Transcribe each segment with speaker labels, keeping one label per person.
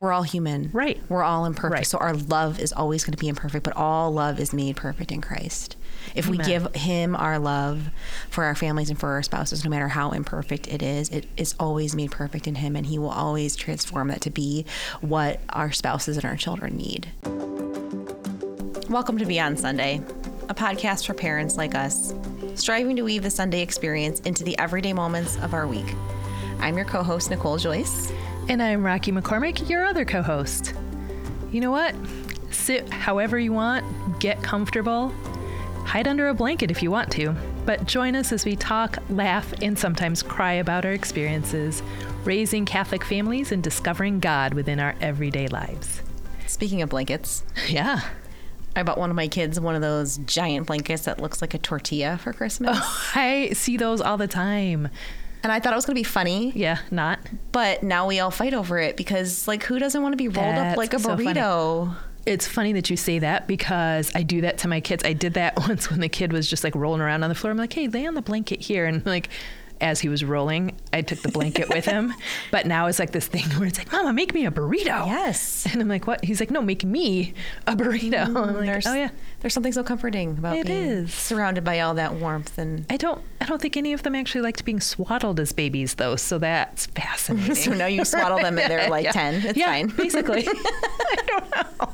Speaker 1: we're all human.
Speaker 2: Right.
Speaker 1: We're all imperfect.
Speaker 2: Right.
Speaker 1: So our love is always going to be imperfect, but all love is made perfect in Christ. If we give him our love for our families and for our spouses, no matter how imperfect it is, it is always made perfect in him and he will always transform that to be what our spouses and our children need. Welcome to Beyond Sunday, a podcast for parents like us, striving to weave the Sunday experience into the everyday moments of our week. I'm your co-host Nicole Joyce.
Speaker 2: And I'm Rocky McCormick, your other co host. You know what? Sit however you want, get comfortable, hide under a blanket if you want to, but join us as we talk, laugh, and sometimes cry about our experiences raising Catholic families and discovering God within our everyday lives.
Speaker 1: Speaking of blankets,
Speaker 2: Yeah.
Speaker 1: I bought one of my kids one of those giant blankets that looks like a tortilla for Christmas.
Speaker 2: Oh. I see those all the time.
Speaker 1: And I thought it was going to be funny,
Speaker 2: Yeah, not.
Speaker 1: but now we all fight over it because, like, who doesn't want to be rolled up
Speaker 2: That's
Speaker 1: like a
Speaker 2: so funny.
Speaker 1: burrito?
Speaker 2: It's funny that you say that because I do that to my kids. I did that once when the kid was just like rolling around on the floor. I'm like, hey, lay on the blanket here. And like, as he was rolling, I took the blanket with him. But now it's like this thing where it's like, Mama, make me a burrito.
Speaker 1: Yes.
Speaker 2: And I'm like, what? He's like, no, make me a burrito. I'm like,
Speaker 1: Mm, there's,
Speaker 2: oh, yeah.
Speaker 1: There's something so comforting about
Speaker 2: It
Speaker 1: being
Speaker 2: is.
Speaker 1: surrounded by all that warmth and.
Speaker 2: I don't. I don't think any of them actually liked being swaddled as babies, though. So that's fascinating.
Speaker 1: So now you swaddle them and they're like 10. It's
Speaker 2: yeah,
Speaker 1: fine.
Speaker 2: basically. I don't know.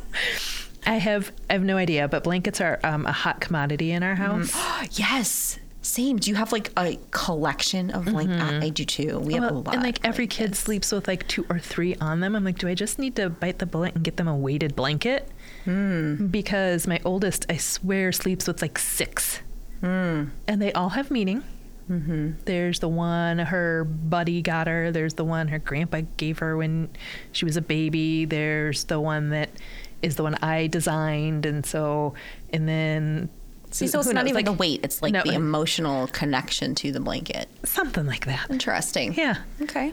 Speaker 2: I have. I have no idea. But blankets are um, a hot commodity in our house.
Speaker 1: yes. Same. Do you have like a collection of blankets? I, I do too. We have a
Speaker 2: Mm-hmm. Well,
Speaker 1: lot.
Speaker 2: and like
Speaker 1: of
Speaker 2: every kid
Speaker 1: blankets.
Speaker 2: sleeps with like two or three on them. I'm like, do I just need to bite the bullet and get them a weighted blanket?
Speaker 1: Hmm.
Speaker 2: Because my oldest, I swear, sleeps with like six,
Speaker 1: Hmm.
Speaker 2: and they all have meaning.
Speaker 1: Mm-hmm.
Speaker 2: There's the one her buddy got her. There's the one her grandpa gave her when she was a baby. There's the one that is the one I designed, and so and then.
Speaker 1: See, so it's
Speaker 2: who
Speaker 1: not
Speaker 2: knows,
Speaker 1: even the weight, it's like
Speaker 2: No. uh,
Speaker 1: the emotional connection to the blanket.
Speaker 2: something like that.
Speaker 1: Interesting.
Speaker 2: Yeah.
Speaker 1: Okay.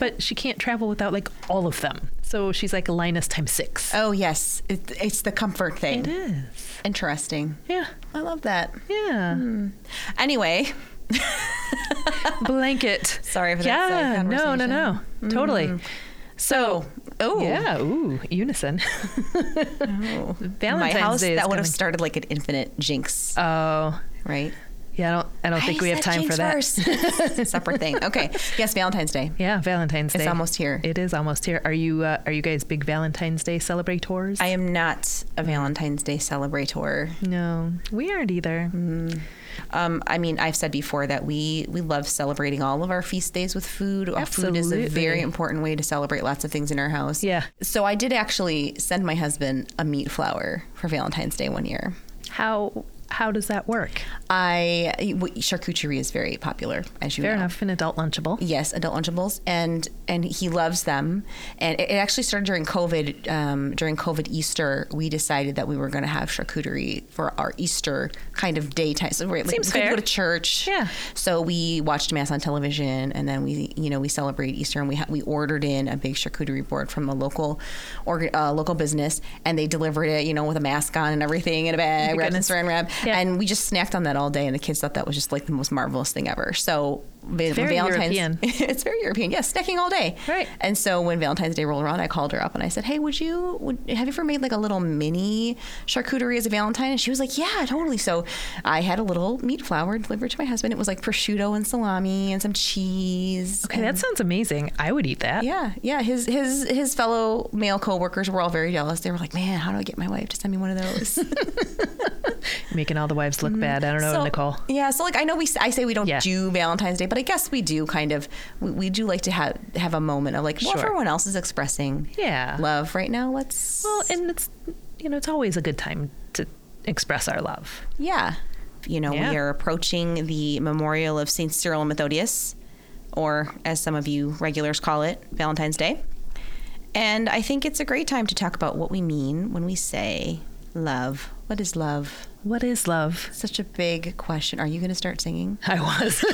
Speaker 2: But she can't travel without like all of them. So she's like Linus times six.
Speaker 1: Oh yes, it, it's the comfort thing.
Speaker 2: is.
Speaker 1: Interesting.
Speaker 2: Yeah.
Speaker 1: I love that.
Speaker 2: Yeah.
Speaker 1: Hmm. Anyway,
Speaker 2: Blanket.
Speaker 1: Sorry for that
Speaker 2: yeah,
Speaker 1: side
Speaker 2: no, no, no. Totally.
Speaker 1: so oh
Speaker 2: Yeah. Ooh, unison. Valentine's
Speaker 1: my house
Speaker 2: Day is
Speaker 1: that would have
Speaker 2: coming.
Speaker 1: started like an infinite jinx,
Speaker 2: Oh,
Speaker 1: right?
Speaker 2: yeah. I don't. I don't think we have time for that.
Speaker 1: that. Separate thing. Okay. Yes, Valentine's Day.
Speaker 2: Yeah, Valentine's Day.
Speaker 1: It's almost here.
Speaker 2: It is almost here. Are you? Uh, are you guys big Valentine's Day celebrators?
Speaker 1: I am not a Valentine's Day celebrator.
Speaker 2: no, we aren't either.
Speaker 1: Hmm. Um, I mean, I've said before that we we love celebrating all of our feast days with food. Our food is a very
Speaker 2: Absolutely.
Speaker 1: important way to celebrate lots of things in our house.
Speaker 2: Yeah.
Speaker 1: So I did actually send my husband a meat flower for Valentine's Day one year.
Speaker 2: How? How does that work?
Speaker 1: I w- charcuterie is very popular, as you
Speaker 2: Fair
Speaker 1: know.
Speaker 2: enough. An adult lunchable.
Speaker 1: Yes, adult Lunchables, and and he loves them. And it, it actually started during COVID. Um, during COVID Easter, we decided that we were going to have charcuterie for our Easter kind of daytime. So we're like,
Speaker 2: Seems
Speaker 1: we couldn't
Speaker 2: fair.
Speaker 1: go to church.
Speaker 2: Yeah.
Speaker 1: So we watched mass on television, and then we you know we celebrate Easter, and we ha- we ordered in a big charcuterie board from a local org- uh, local business, and they delivered it you know with a mask on and everything in a bag, wrapped in
Speaker 2: goodness.
Speaker 1: saran wrap,
Speaker 2: Yeah.
Speaker 1: and we just snacked on that all day, and the kids thought that was just like the most marvelous thing ever. So. va-
Speaker 2: Very
Speaker 1: Valentine's,
Speaker 2: European.
Speaker 1: it's very European. Yes, snacking all day.
Speaker 2: Right.
Speaker 1: And so when Valentine's Day rolled around, I called her up and I said, "Hey, would you would, have you ever made like a little mini charcuterie as a Valentine?" And she was like, "Yeah, totally." So I had a little meat flour delivered to my husband. It was like prosciutto and salami and some cheese.
Speaker 2: Okay, that sounds amazing. I would eat that.
Speaker 1: Yeah, yeah. His his his fellow male coworkers were all very jealous. They were like, "Man, how do I get my wife to send me one of those?"
Speaker 2: Making all the wives look bad. I don't know,
Speaker 1: Mm-hmm. So-
Speaker 2: Nicole.
Speaker 1: Yeah, so like I know we s- I say we don't
Speaker 2: Yeah.
Speaker 1: do Valentine's Day, but I guess we do kind of we, we do like to have have a moment of like well, if
Speaker 2: Sure.
Speaker 1: everyone else is expressing
Speaker 2: Yeah.
Speaker 1: love right now, let's
Speaker 2: Well, and it's you know it's always a good time to express our love.
Speaker 1: yeah. You know,
Speaker 2: Yeah.
Speaker 1: we are approaching the memorial of Saint Cyril and Methodius or as some of you regulars call it, Valentine's Day. And I think it's a great time to talk about what we mean when we say love. What is love?
Speaker 2: What is love?
Speaker 1: Such a big question. Are you going to start singing?
Speaker 2: I was,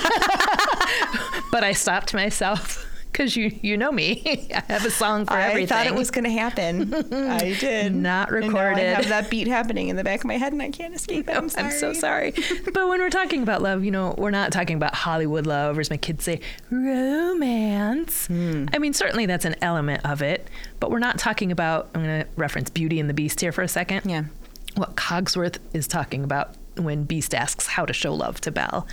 Speaker 2: but I stopped myself because you you know me. I have a song for
Speaker 1: I
Speaker 2: everything.
Speaker 1: thought it was going to happen. I did.
Speaker 2: Not
Speaker 1: And now I
Speaker 2: recorded.
Speaker 1: have that beat happening in the back of my head and I can't escape it. I'm sorry.
Speaker 2: I'm so sorry. but when we're talking about love, you know, we're not talking about Hollywood love, or as my kids say, romance.
Speaker 1: Hmm.
Speaker 2: I mean, certainly that's an element of it, but we're not talking about, I'm going to reference Beauty and the Beast here for a second.
Speaker 1: Yeah.
Speaker 2: What Cogsworth is talking about when Beast asks how to show love to Belle.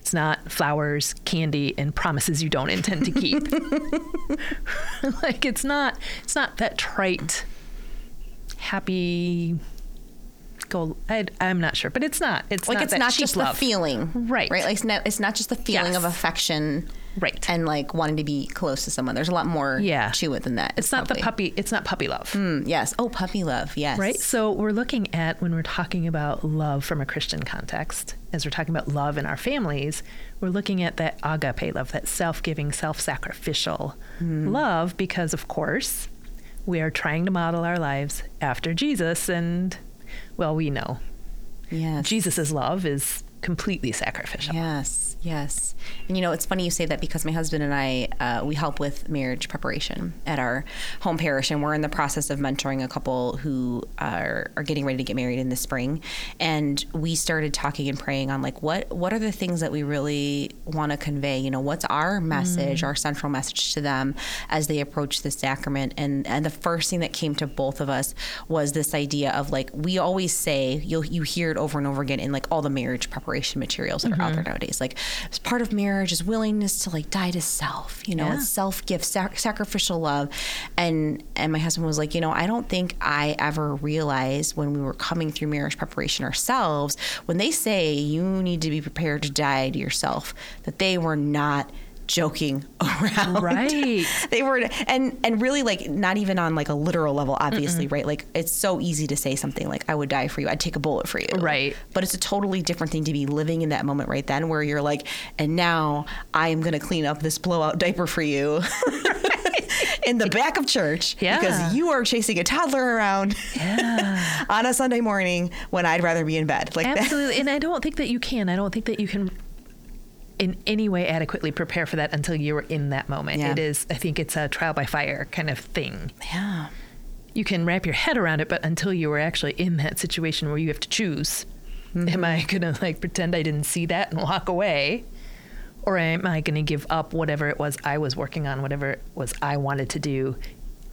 Speaker 2: It's not flowers, candy, and promises you don't intend to keep. like it's not it's not that trite happy go I, i'm not sure but it's not it's
Speaker 1: Like
Speaker 2: not
Speaker 1: it's
Speaker 2: that
Speaker 1: not
Speaker 2: cheap
Speaker 1: just
Speaker 2: love
Speaker 1: the feeling,
Speaker 2: Right.
Speaker 1: Right, like it's not, it's not just the feeling
Speaker 2: Yes.
Speaker 1: of affection,
Speaker 2: Right.
Speaker 1: and like wanting to be close to someone. There's a lot more
Speaker 2: Yeah.
Speaker 1: to it than that.
Speaker 2: it's not the
Speaker 1: probably.
Speaker 2: puppy it's not puppy love
Speaker 1: Mm, yes. Oh, puppy love. Yes.
Speaker 2: right so we're looking at when we're talking about love from a christian context as we're talking about love in our families we're looking at that agape love that self-giving self-sacrificial
Speaker 1: Mm.
Speaker 2: love because of course we are trying to model our lives after jesus and well we know
Speaker 1: Yes.
Speaker 2: jesus' love is completely sacrificial
Speaker 1: Yes, yes. And you know, it's funny you say that because my husband and I, uh, we help with marriage preparation at our home parish, and we're in the process of mentoring a couple who are, are getting ready to get married in the spring. And we started talking and praying on like what what are the things that we really want to convey? You know, what's our message, our central message to them as they approach the sacrament? And and the first thing that came to both of us was this idea of like we always say you'll you hear it over and over again in like all the marriage preparation materials that are out there
Speaker 2: Mm-hmm.
Speaker 1: nowadays. Like as part of marriage is willingness to like die to self, you know,
Speaker 2: Yeah.
Speaker 1: it's self gift, sac- sacrificial love. And and my husband was like, you know, I don't think I ever realized when we were coming through marriage preparation ourselves, when they say you need to be prepared to die to yourself, that they were not joking around
Speaker 2: Right.
Speaker 1: they were and and really like not even on like a literal level obviously right like it's so easy to say something like i would die for you i'd take a bullet for you
Speaker 2: Right.
Speaker 1: but it's a totally different thing to be living in that moment right then where you're like and now i am going to clean up this blowout diaper for you in the back of church
Speaker 2: Yeah.
Speaker 1: because you are chasing a toddler around on a sunday morning when i'd rather be in bed like that
Speaker 2: Absolutely. and I don't think that you can. I don't think that you can in any way adequately prepare for that until you're in that moment.
Speaker 1: Yeah.
Speaker 2: It is I think it's a trial by fire kind of thing.
Speaker 1: yeah
Speaker 2: You can wrap your head around it, but until you are actually in that situation where you have to choose, am I gonna like pretend I didn't see that and walk away? Or am I gonna give up whatever it was I was working on, whatever it was I wanted to do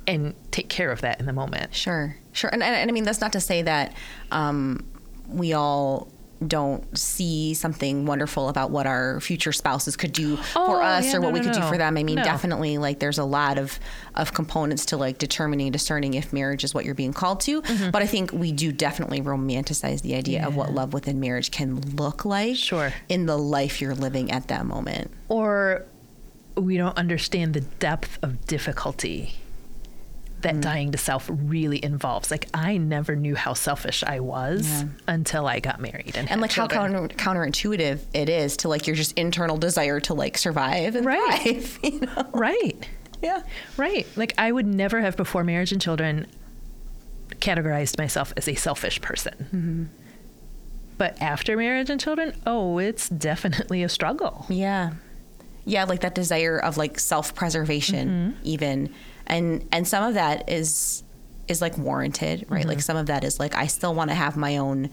Speaker 2: and take care of that in the moment?
Speaker 1: Sure, sure, and, and, and I mean that's not to say that um, we all don't see something wonderful about what our future spouses could do
Speaker 2: Oh,
Speaker 1: for us
Speaker 2: yeah,
Speaker 1: or
Speaker 2: no,
Speaker 1: what we
Speaker 2: no,
Speaker 1: could do
Speaker 2: no.
Speaker 1: for them. I mean,
Speaker 2: No.
Speaker 1: definitely, like there's a lot of of components to like determining, discerning if marriage is what you're being called to.
Speaker 2: Mm-hmm.
Speaker 1: But I think we do definitely romanticize the idea of what love within marriage can look like.
Speaker 2: Sure.
Speaker 1: in the life you're living at that moment.
Speaker 2: or we don't understand the depth of difficulty that
Speaker 1: Mm.
Speaker 2: dying to self really involves. Like I never knew how selfish I was
Speaker 1: Yeah.
Speaker 2: until I got married and, had
Speaker 1: And like
Speaker 2: children.
Speaker 1: how counter, counterintuitive it is to like your just internal desire to like survive and
Speaker 2: Right.
Speaker 1: thrive. You know?
Speaker 2: right,
Speaker 1: Yeah.
Speaker 2: right. Like I would never have before marriage and children categorized myself as a selfish person.
Speaker 1: Mm-hmm.
Speaker 2: But after marriage and children, oh, it's definitely a struggle.
Speaker 1: Yeah. Yeah, like that desire of like self-preservation even. And and some of that is is like warranted, right? Like some of that is like I still want to have my own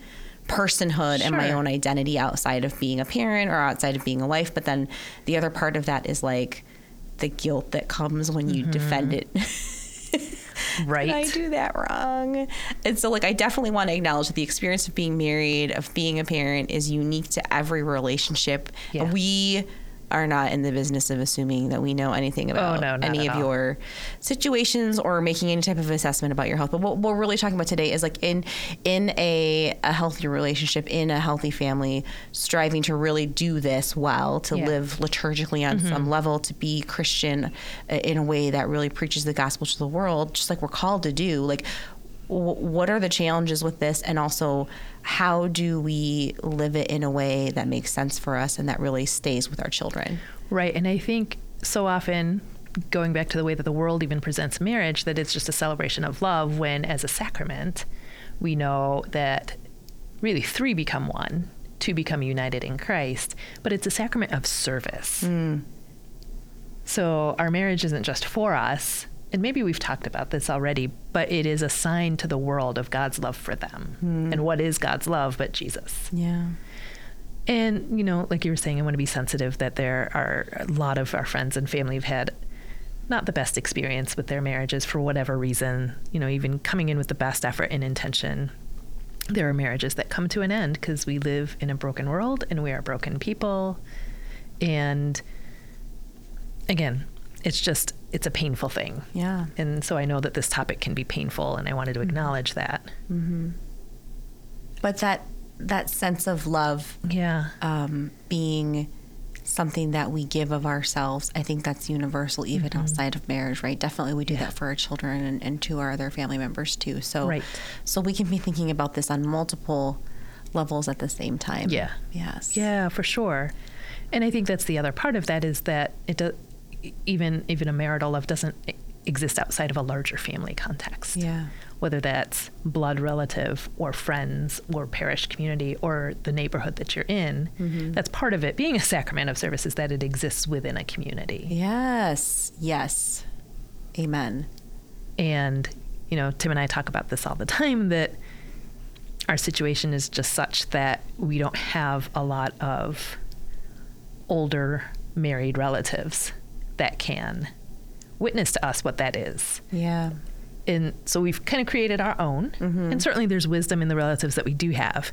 Speaker 1: personhood and my
Speaker 2: Sure.
Speaker 1: own identity outside of being a parent or outside of being a wife, but then the other part of that is like the guilt that comes when you defend it
Speaker 2: Right.
Speaker 1: did I do that wrong? And so, like, I definitely want to acknowledge that the experience of being married, of being a parent, is unique to every relationship.
Speaker 2: Yeah.
Speaker 1: We are not in the business of assuming that we know anything about
Speaker 2: Oh, no, not
Speaker 1: any
Speaker 2: at
Speaker 1: of
Speaker 2: all.
Speaker 1: your situations or making any type of assessment about your health. But what we're really talking about today is like in in a, a healthy relationship, in a healthy family, striving to really do this well, to
Speaker 2: Yeah. Mm-hmm.
Speaker 1: live liturgically on some level, to be Christian uh, in a way that really preaches the gospel to the world, just like we're called to do. Like, w- what are the challenges with this? And also, how do we live it in a way that makes sense for us and that really stays with our children?
Speaker 2: Right. And I think so often, going back to the way that the world even presents marriage, that it's just a celebration of love, when as a sacrament, we know that really three become one, two become united in Christ, but it's a sacrament of service. So our marriage isn't just for us, and maybe we've talked about this already, but it is a sign to the world of God's love for them. And what is God's love but Jesus?
Speaker 1: Yeah.
Speaker 2: And, you know, like you were saying, I want to be sensitive that there are a lot of our friends and family have had not the best experience with their marriages for whatever reason, you know, even coming in with the best effort and intention. There are marriages that come to an end because we live in a broken world and we are broken people. And again, it's just, it's a painful thing.
Speaker 1: Yeah.
Speaker 2: And so I know that this topic can be painful, and I wanted to acknowledge that.
Speaker 1: But that that sense of love
Speaker 2: Yeah.
Speaker 1: um, being something that we give of ourselves, I think that's universal even
Speaker 2: Mm-hmm.
Speaker 1: outside of marriage, right? Definitely we do that for our children and, and to our other family members too. So
Speaker 2: Right.
Speaker 1: so we can be thinking about this on multiple levels at the same time.
Speaker 2: Yeah.
Speaker 1: Yes.
Speaker 2: Yeah, for sure. And I think that's the other part of that is that it does, even even a marital love doesn't e- exist outside of a larger family context.
Speaker 1: Yeah.
Speaker 2: Whether that's blood relative or friends or parish community or the neighborhood that you're in,
Speaker 1: Mm-hmm.
Speaker 2: that's part of it. Being a sacrament of service is that it exists within a community.
Speaker 1: Yes. Yes. Amen.
Speaker 2: And, you know, Tim and I talk about this all the time that our situation is just such that we don't have a lot of older married relatives that can witness to us what that is.
Speaker 1: Yeah.
Speaker 2: And so we've kind of created our own. And certainly there's wisdom in the relatives that we do have.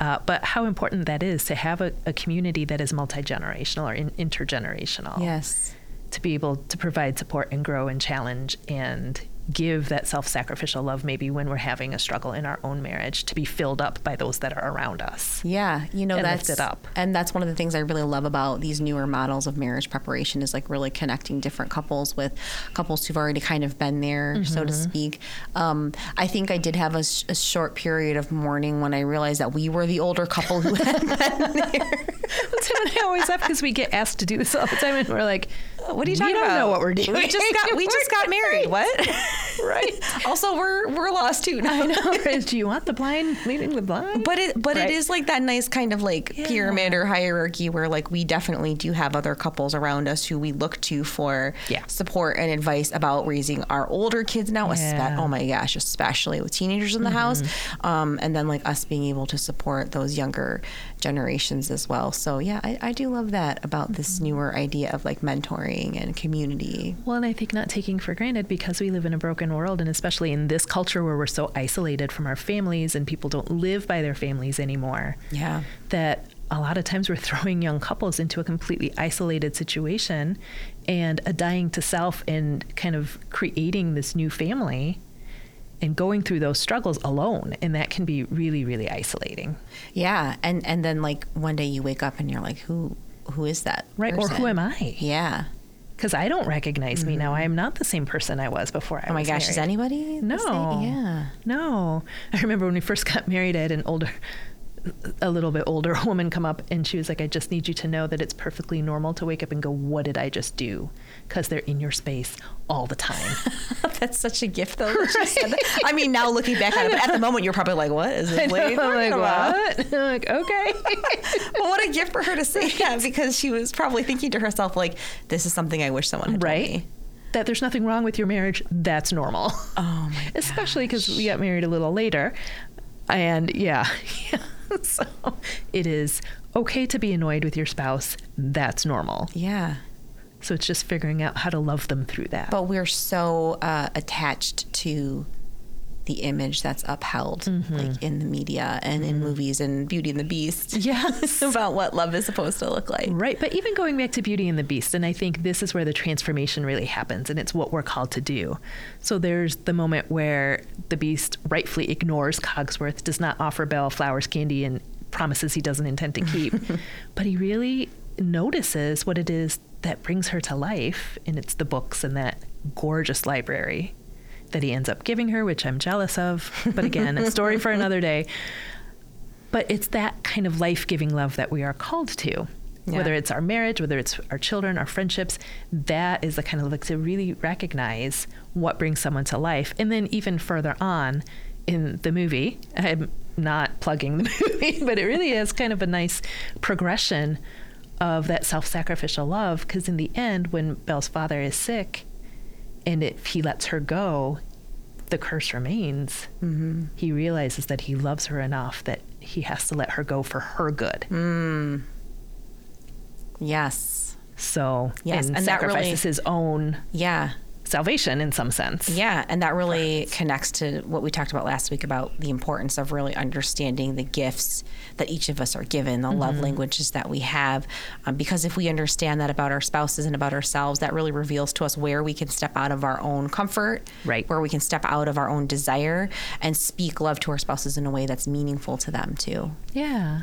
Speaker 2: Uh, but how important that is to have a, a community that is multi generational or in, intergenerational
Speaker 1: Yes.
Speaker 2: to be able to provide support and grow and challenge and give that self sacrificial love maybe when we're having a struggle in our own marriage to be filled up by those that are around us.
Speaker 1: Yeah, you know
Speaker 2: and
Speaker 1: that's
Speaker 2: lift it up.
Speaker 1: and that's one of the things I really love about these newer models of marriage preparation is like really connecting different couples with couples who've already kind of been there, so to
Speaker 2: Mm-hmm.
Speaker 1: speak. Um, I think I did have a, sh- a short period of mourning when I realized that we were the older couple who had been there.
Speaker 2: Tim and I always up because we get asked to do this all the time and we're like, what are you talking
Speaker 1: We
Speaker 2: about? We don't know what we're doing.
Speaker 1: We just got we just got married. What?
Speaker 2: Right.
Speaker 1: also, we're we're lost too.
Speaker 2: I know. Do you want the blind leading the blind?
Speaker 1: But it but
Speaker 2: Right.
Speaker 1: it is like that nice kind of like pyramid or hierarchy where like we definitely do have other couples around us who we look to for
Speaker 2: Yeah.
Speaker 1: support and advice about raising our older kids now. espe-
Speaker 2: Yeah. Mm-hmm.
Speaker 1: oh my gosh, especially with teenagers in the house, um, and then like us being able to support those younger generations as well. So yeah, I, I do love that about this
Speaker 2: Mm-hmm.
Speaker 1: newer idea of like mentoring and community.
Speaker 2: Well, and I think not taking for granted because we live in a broken world, and especially in this culture where we're so isolated from our families and people don't live by their families anymore.
Speaker 1: Yeah.
Speaker 2: that a lot of times we're throwing young couples into a completely isolated situation and a dying to self and kind of creating this new family and going through those struggles alone and that can be really really isolating
Speaker 1: Yeah, and and then like one day you wake up and you're like, who who is that?
Speaker 2: right or who
Speaker 1: person?
Speaker 2: am i
Speaker 1: Yeah.
Speaker 2: because i don't recognize me now i am not the same person i was before i
Speaker 1: Oh my
Speaker 2: was
Speaker 1: gosh, is
Speaker 2: married.
Speaker 1: anybody? the
Speaker 2: No.
Speaker 1: same? Yeah.
Speaker 2: No. I remember when we first got married, I had an older, a little bit older woman come up and she was like, I just need you to know that it's perfectly normal to wake up and go, What did I just do? Because they're in your space all the time.
Speaker 1: That's such a gift, though. that she said that. I mean, now looking back at it, but at the moment, you're probably like, what is this lady
Speaker 2: I'm
Speaker 1: talking
Speaker 2: like,
Speaker 1: about?
Speaker 2: What? I'm like, Okay.
Speaker 1: But what a gift for her to say that because she was probably thinking to herself, like, this is something I wish someone had told
Speaker 2: right?
Speaker 1: me.
Speaker 2: That there's nothing wrong with your marriage, that's normal.
Speaker 1: Oh, my
Speaker 2: Especially because we got married a little later. And yeah, so it is okay to be annoyed with your spouse, that's normal.
Speaker 1: Yeah.
Speaker 2: So it's just figuring out how to love them through that.
Speaker 1: But we're so uh, attached to the image that's upheld,
Speaker 2: Mm-hmm.
Speaker 1: like in the media and in movies and Beauty and the Beast.
Speaker 2: Yes.
Speaker 1: about what love is supposed to look like.
Speaker 2: right. But even going back to Beauty and the Beast, and I think this is where the transformation really happens, and it's what we're called to do. So there's the moment where the Beast rightfully ignores Cogsworth, does not offer Belle flowers, candy, and promises he doesn't intend to keep. but he really notices what it is that brings her to life, and it's the books and that gorgeous library that he ends up giving her, which I'm jealous of. But again, a story for another day. But it's that kind of life giving love that we are called to.
Speaker 1: Yeah.
Speaker 2: Whether it's our marriage, whether it's our children, our friendships, that is the kind of like to really recognize what brings someone to life. And then even further on in the movie, I'm not plugging the movie, but it really is kind of a nice progression of that self sacrificial love. Because in the end, when Belle's father is sick and if he lets her go, the curse remains. Mm-hmm. He realizes that he loves her enough that he has to let her go for her good.
Speaker 1: Mm. Yes.
Speaker 2: So,
Speaker 1: Yes,
Speaker 2: and,
Speaker 1: and that really-
Speaker 2: sacrifices his own
Speaker 1: Yeah.
Speaker 2: salvation in some sense.
Speaker 1: Yeah, and that really connects to what we talked about last week about the importance of really understanding the gifts that each of us are given, the love languages that we have. Um, because if we understand that about our spouses and about ourselves, that really reveals to us where we can step out of our own comfort,
Speaker 2: Right.
Speaker 1: Where we can step out of our own desire and speak love to our spouses in a way that's meaningful to them too.
Speaker 2: Yeah.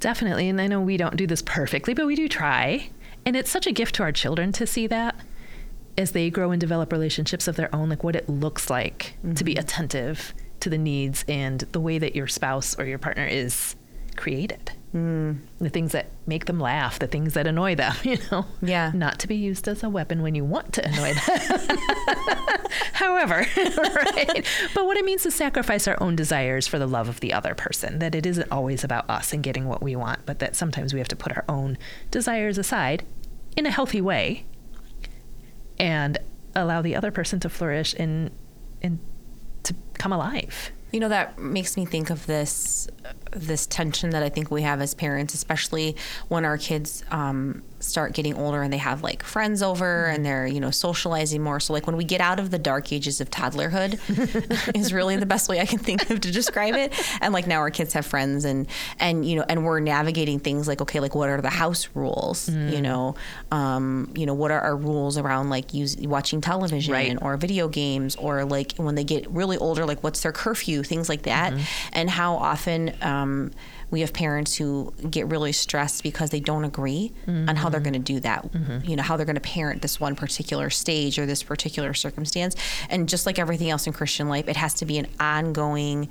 Speaker 2: Definitely. And I know we don't do this perfectly, but we do try. And it's such a gift to our children to see that as they grow and develop relationships of their own, like what it looks like to be attentive to the needs and the way that your spouse or your partner is created. Mm. The things that make them laugh, the things that annoy them, you know?
Speaker 1: Yeah.
Speaker 2: Not to be used as a weapon when you want to annoy them. However, right? But what it means to sacrifice our own desires for the love of the other person, that it isn't always about us and getting what we want, but that sometimes we have to put our own desires aside in a healthy way and allow the other person to flourish and and to come alive.
Speaker 1: You know that makes me think of this this tension that I think we have as parents, especially when our kids um, start getting older and they have like friends over and they're you know socializing more. So like when we get out of the dark ages of toddlerhood is really the best way I can think of to describe it. And like now our kids have friends and and you know and we're navigating things like okay like what are the house rules you know um, you know what are our rules around like use, watching television
Speaker 2: Right.
Speaker 1: or video games or like when they get really older like what's their curfew things like that and how often um, we have parents who get really stressed because they don't agree on how they're going to do that you know how they're going to parent this one particular stage or this particular circumstance and just like everything else in christian life it has to be an ongoing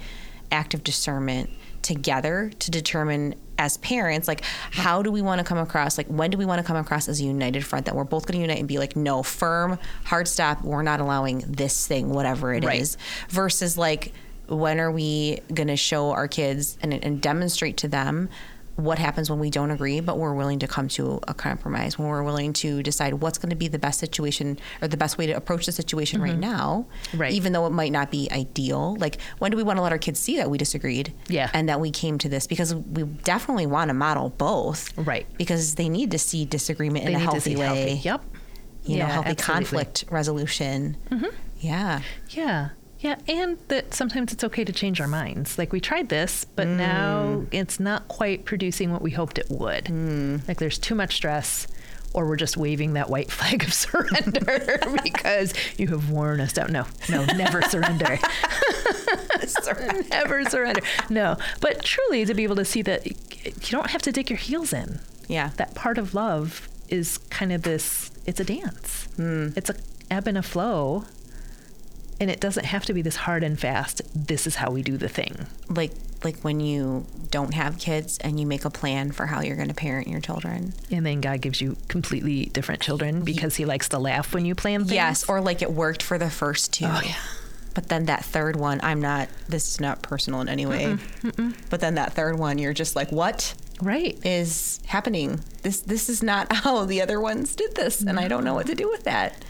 Speaker 1: act of discernment together to determine as parents like how do we want to come across like when do we want to come across as a united front that we're both going to unite and be like no firm hard stop we're not allowing this thing whatever it is,
Speaker 2: Right.
Speaker 1: versus like when are we going to show our kids and, and demonstrate to them what happens when we don't agree but we're willing to come to a compromise when we're willing to decide what's going to be the best situation or the best way to approach the situation right now
Speaker 2: Mm-hmm. Right.
Speaker 1: even though it might not be ideal like when do we want to let our kids see that we disagreed
Speaker 2: Yeah.
Speaker 1: and that we came to this because we definitely want to model both.
Speaker 2: Right.
Speaker 1: Because they need to see disagreement in a
Speaker 2: need
Speaker 1: healthy way.
Speaker 2: healthy. Yep.
Speaker 1: You know,
Speaker 2: Yeah,
Speaker 1: healthy
Speaker 2: absolutely. Mm-hmm.
Speaker 1: conflict resolution. Yeah.
Speaker 2: Yeah. Yeah, and that sometimes it's okay to change our minds. Like we tried this, but now it's not quite producing what we hoped it would. Like there's too much stress or we're just waving that white flag of surrender because you have worn us out. No, no, never surrender. never surrender. No, but truly to be able to see that y- you don't have to dig your heels in.
Speaker 1: Yeah.
Speaker 2: That part of love is kind of this it's a dance, it's a ebb and a flow. And it doesn't have to be this hard and fast, this is how we do the thing.
Speaker 1: Like like when you don't have kids and you make a plan for how you're going to parent your children.
Speaker 2: And then God gives you completely different children because He likes to laugh when you plan things.
Speaker 1: Yes, or like it worked for the first two.
Speaker 2: Oh, yeah.
Speaker 1: But then that third one, I'm not this is not personal in any way. But then that third one, you're just like, "What?"
Speaker 2: Right.
Speaker 1: is happening. This this is not how the other ones did this, and I don't know what to do with that.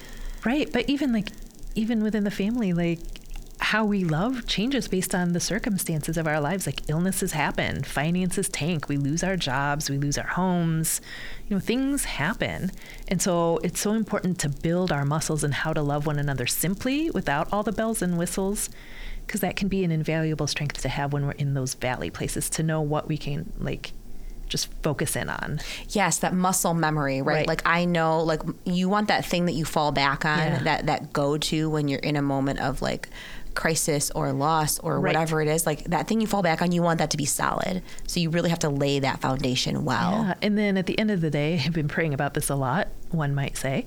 Speaker 2: Right. But even like, even within the family, like how we love changes based on the circumstances of our lives. Like illnesses happen, finances tank, we lose our jobs, we lose our homes, you know, things happen. And so it's so important to build our muscles in how to love one another simply without all the bells and whistles. Because that can be an invaluable strength to have when we're in those valley places to know what we can like just focus in on.
Speaker 1: Yes, that muscle memory, right?
Speaker 2: Right.
Speaker 1: Like I know, like you want that thing that you fall back on,
Speaker 2: Yeah.
Speaker 1: that that go to when you're in a moment of like crisis or loss or
Speaker 2: Right.
Speaker 1: whatever it is. Like that thing you fall back on, you want that to be solid. So you really have to lay that foundation well.
Speaker 2: Yeah. And then at the end of the day, I've been praying about this a lot, one might say.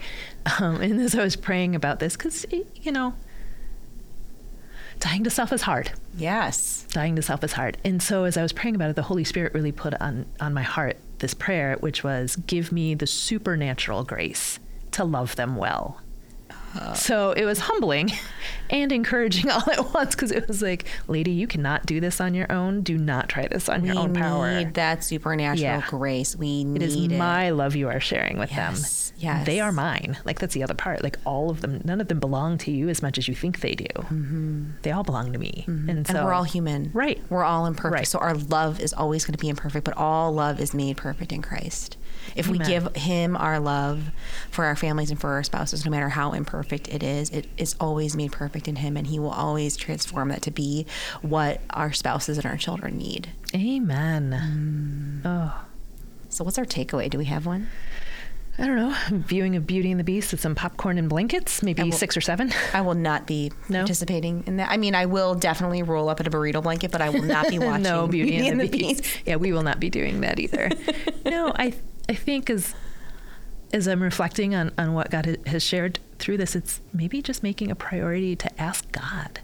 Speaker 2: Um, and as I was praying about this, because, you know, dying to self is hard.
Speaker 1: Yes.
Speaker 2: Dying to self is hard. And so as I was praying about it, the Holy Spirit really put on, on my heart this prayer, which was give me the supernatural grace to love them well. So it was humbling and encouraging all at once because it was like, lady, you cannot do this on your own. Do not try this on
Speaker 1: We
Speaker 2: your own power.
Speaker 1: need that supernatural
Speaker 2: Yeah.
Speaker 1: grace. We need
Speaker 2: It is my love you are sharing with
Speaker 1: Yes,
Speaker 2: them.
Speaker 1: yes.
Speaker 2: They are mine. Like, that's the other part. Like, all of them, none of them belong to you as much as you think they do. They all belong to me. And so
Speaker 1: Mm-hmm. And we're all human.
Speaker 2: Right.
Speaker 1: We're all imperfect.
Speaker 2: Right.
Speaker 1: So our love is always going to be imperfect, but all love is made perfect in Christ. If we
Speaker 2: Amen.
Speaker 1: give Him our love for our families and for our spouses, no matter how imperfect it is, it is always made perfect in Him, and He will always transform that to be what our spouses and our children need.
Speaker 2: Amen.
Speaker 1: Mm.
Speaker 2: Oh,
Speaker 1: So, what's our takeaway? Do we have one?
Speaker 2: I don't know. Viewing of Beauty and the Beast with some popcorn and blankets, maybe
Speaker 1: will-
Speaker 2: six or seven.
Speaker 1: I will not be
Speaker 2: No?
Speaker 1: participating in that. I mean, I will definitely roll up in a burrito blanket, but I will not be watching
Speaker 2: no Beauty and the, Beast. Yeah, we will not be doing that either. no, I I think as as I'm reflecting on on what God ha- has shared through this, it's maybe just making a priority to ask God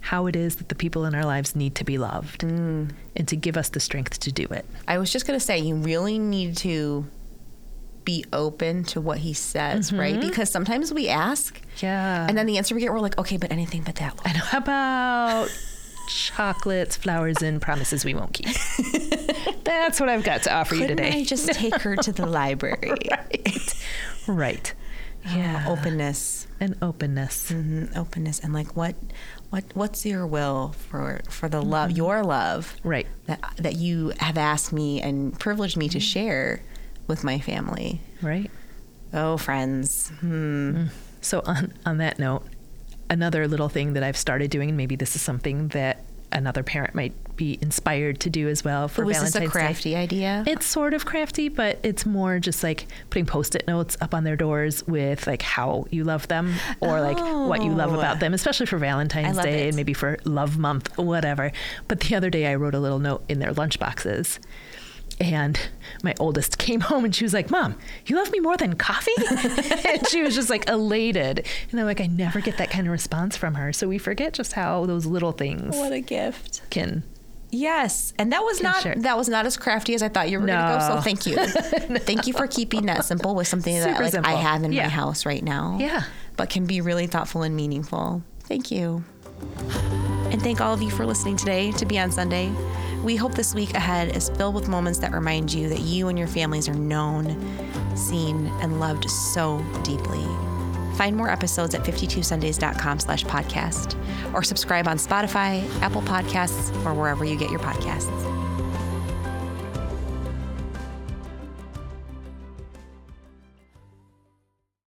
Speaker 2: how it is that the people in our lives need to be loved and to give us the strength to do it.
Speaker 1: I was just going to say, you really need to be open to what he says, right? Because sometimes we ask,
Speaker 2: Yeah.
Speaker 1: and then the answer we get, we're like, okay, but anything but that. Lord.
Speaker 2: I know how about chocolates, flowers, and promises we won't keep. That's what I've got to offer you
Speaker 1: Couldn't
Speaker 2: today.
Speaker 1: I just take her to the library?
Speaker 2: right. right. Yeah.
Speaker 1: Uh, openness,
Speaker 2: and openness.
Speaker 1: Mhm, openness, and like, what, what, what's your will for for the love, your love,
Speaker 2: Right.
Speaker 1: that that you have asked me and privileged me to share with my family?
Speaker 2: Right.
Speaker 1: Oh, friends, hmm.
Speaker 2: So on on that note, another little thing that I've started doing, and maybe this is something that another parent might be inspired to do as well for
Speaker 1: Ooh, is
Speaker 2: Valentine's
Speaker 1: this a
Speaker 2: Day.
Speaker 1: crafty idea?
Speaker 2: It's sort of crafty, but it's more just like putting post-it notes up on their doors with like how you love them or like what you love
Speaker 1: Oh.
Speaker 2: about them, especially for Valentine's
Speaker 1: love
Speaker 2: Day
Speaker 1: it.
Speaker 2: and maybe for Love Month, whatever. But the other day, I wrote a little note in their lunch boxes. And my oldest came home and she was like, Mom, you love me more than coffee? and she was just like elated. And I'm like, I never get that kind of response from her. So we forget just how those little things
Speaker 1: a gift.
Speaker 2: can
Speaker 1: Yes, and that was not
Speaker 2: sure.
Speaker 1: that was not as crafty as I thought you were going to go. So
Speaker 2: No.
Speaker 1: thank you, thank you for keeping that simple with something that
Speaker 2: Super
Speaker 1: like I
Speaker 2: simple.
Speaker 1: have in my
Speaker 2: Yeah.
Speaker 1: house right now.
Speaker 2: Yeah.
Speaker 1: but can be really thoughtful and meaningful. Thank you. And thank all of you for listening today to Be On Sunday. We hope this week ahead is filled with moments that remind you that you and your families are known, seen, and loved so deeply. Find more episodes at 52sundays.com slash podcast or subscribe on Spotify, Apple Podcasts, or wherever you get your podcasts.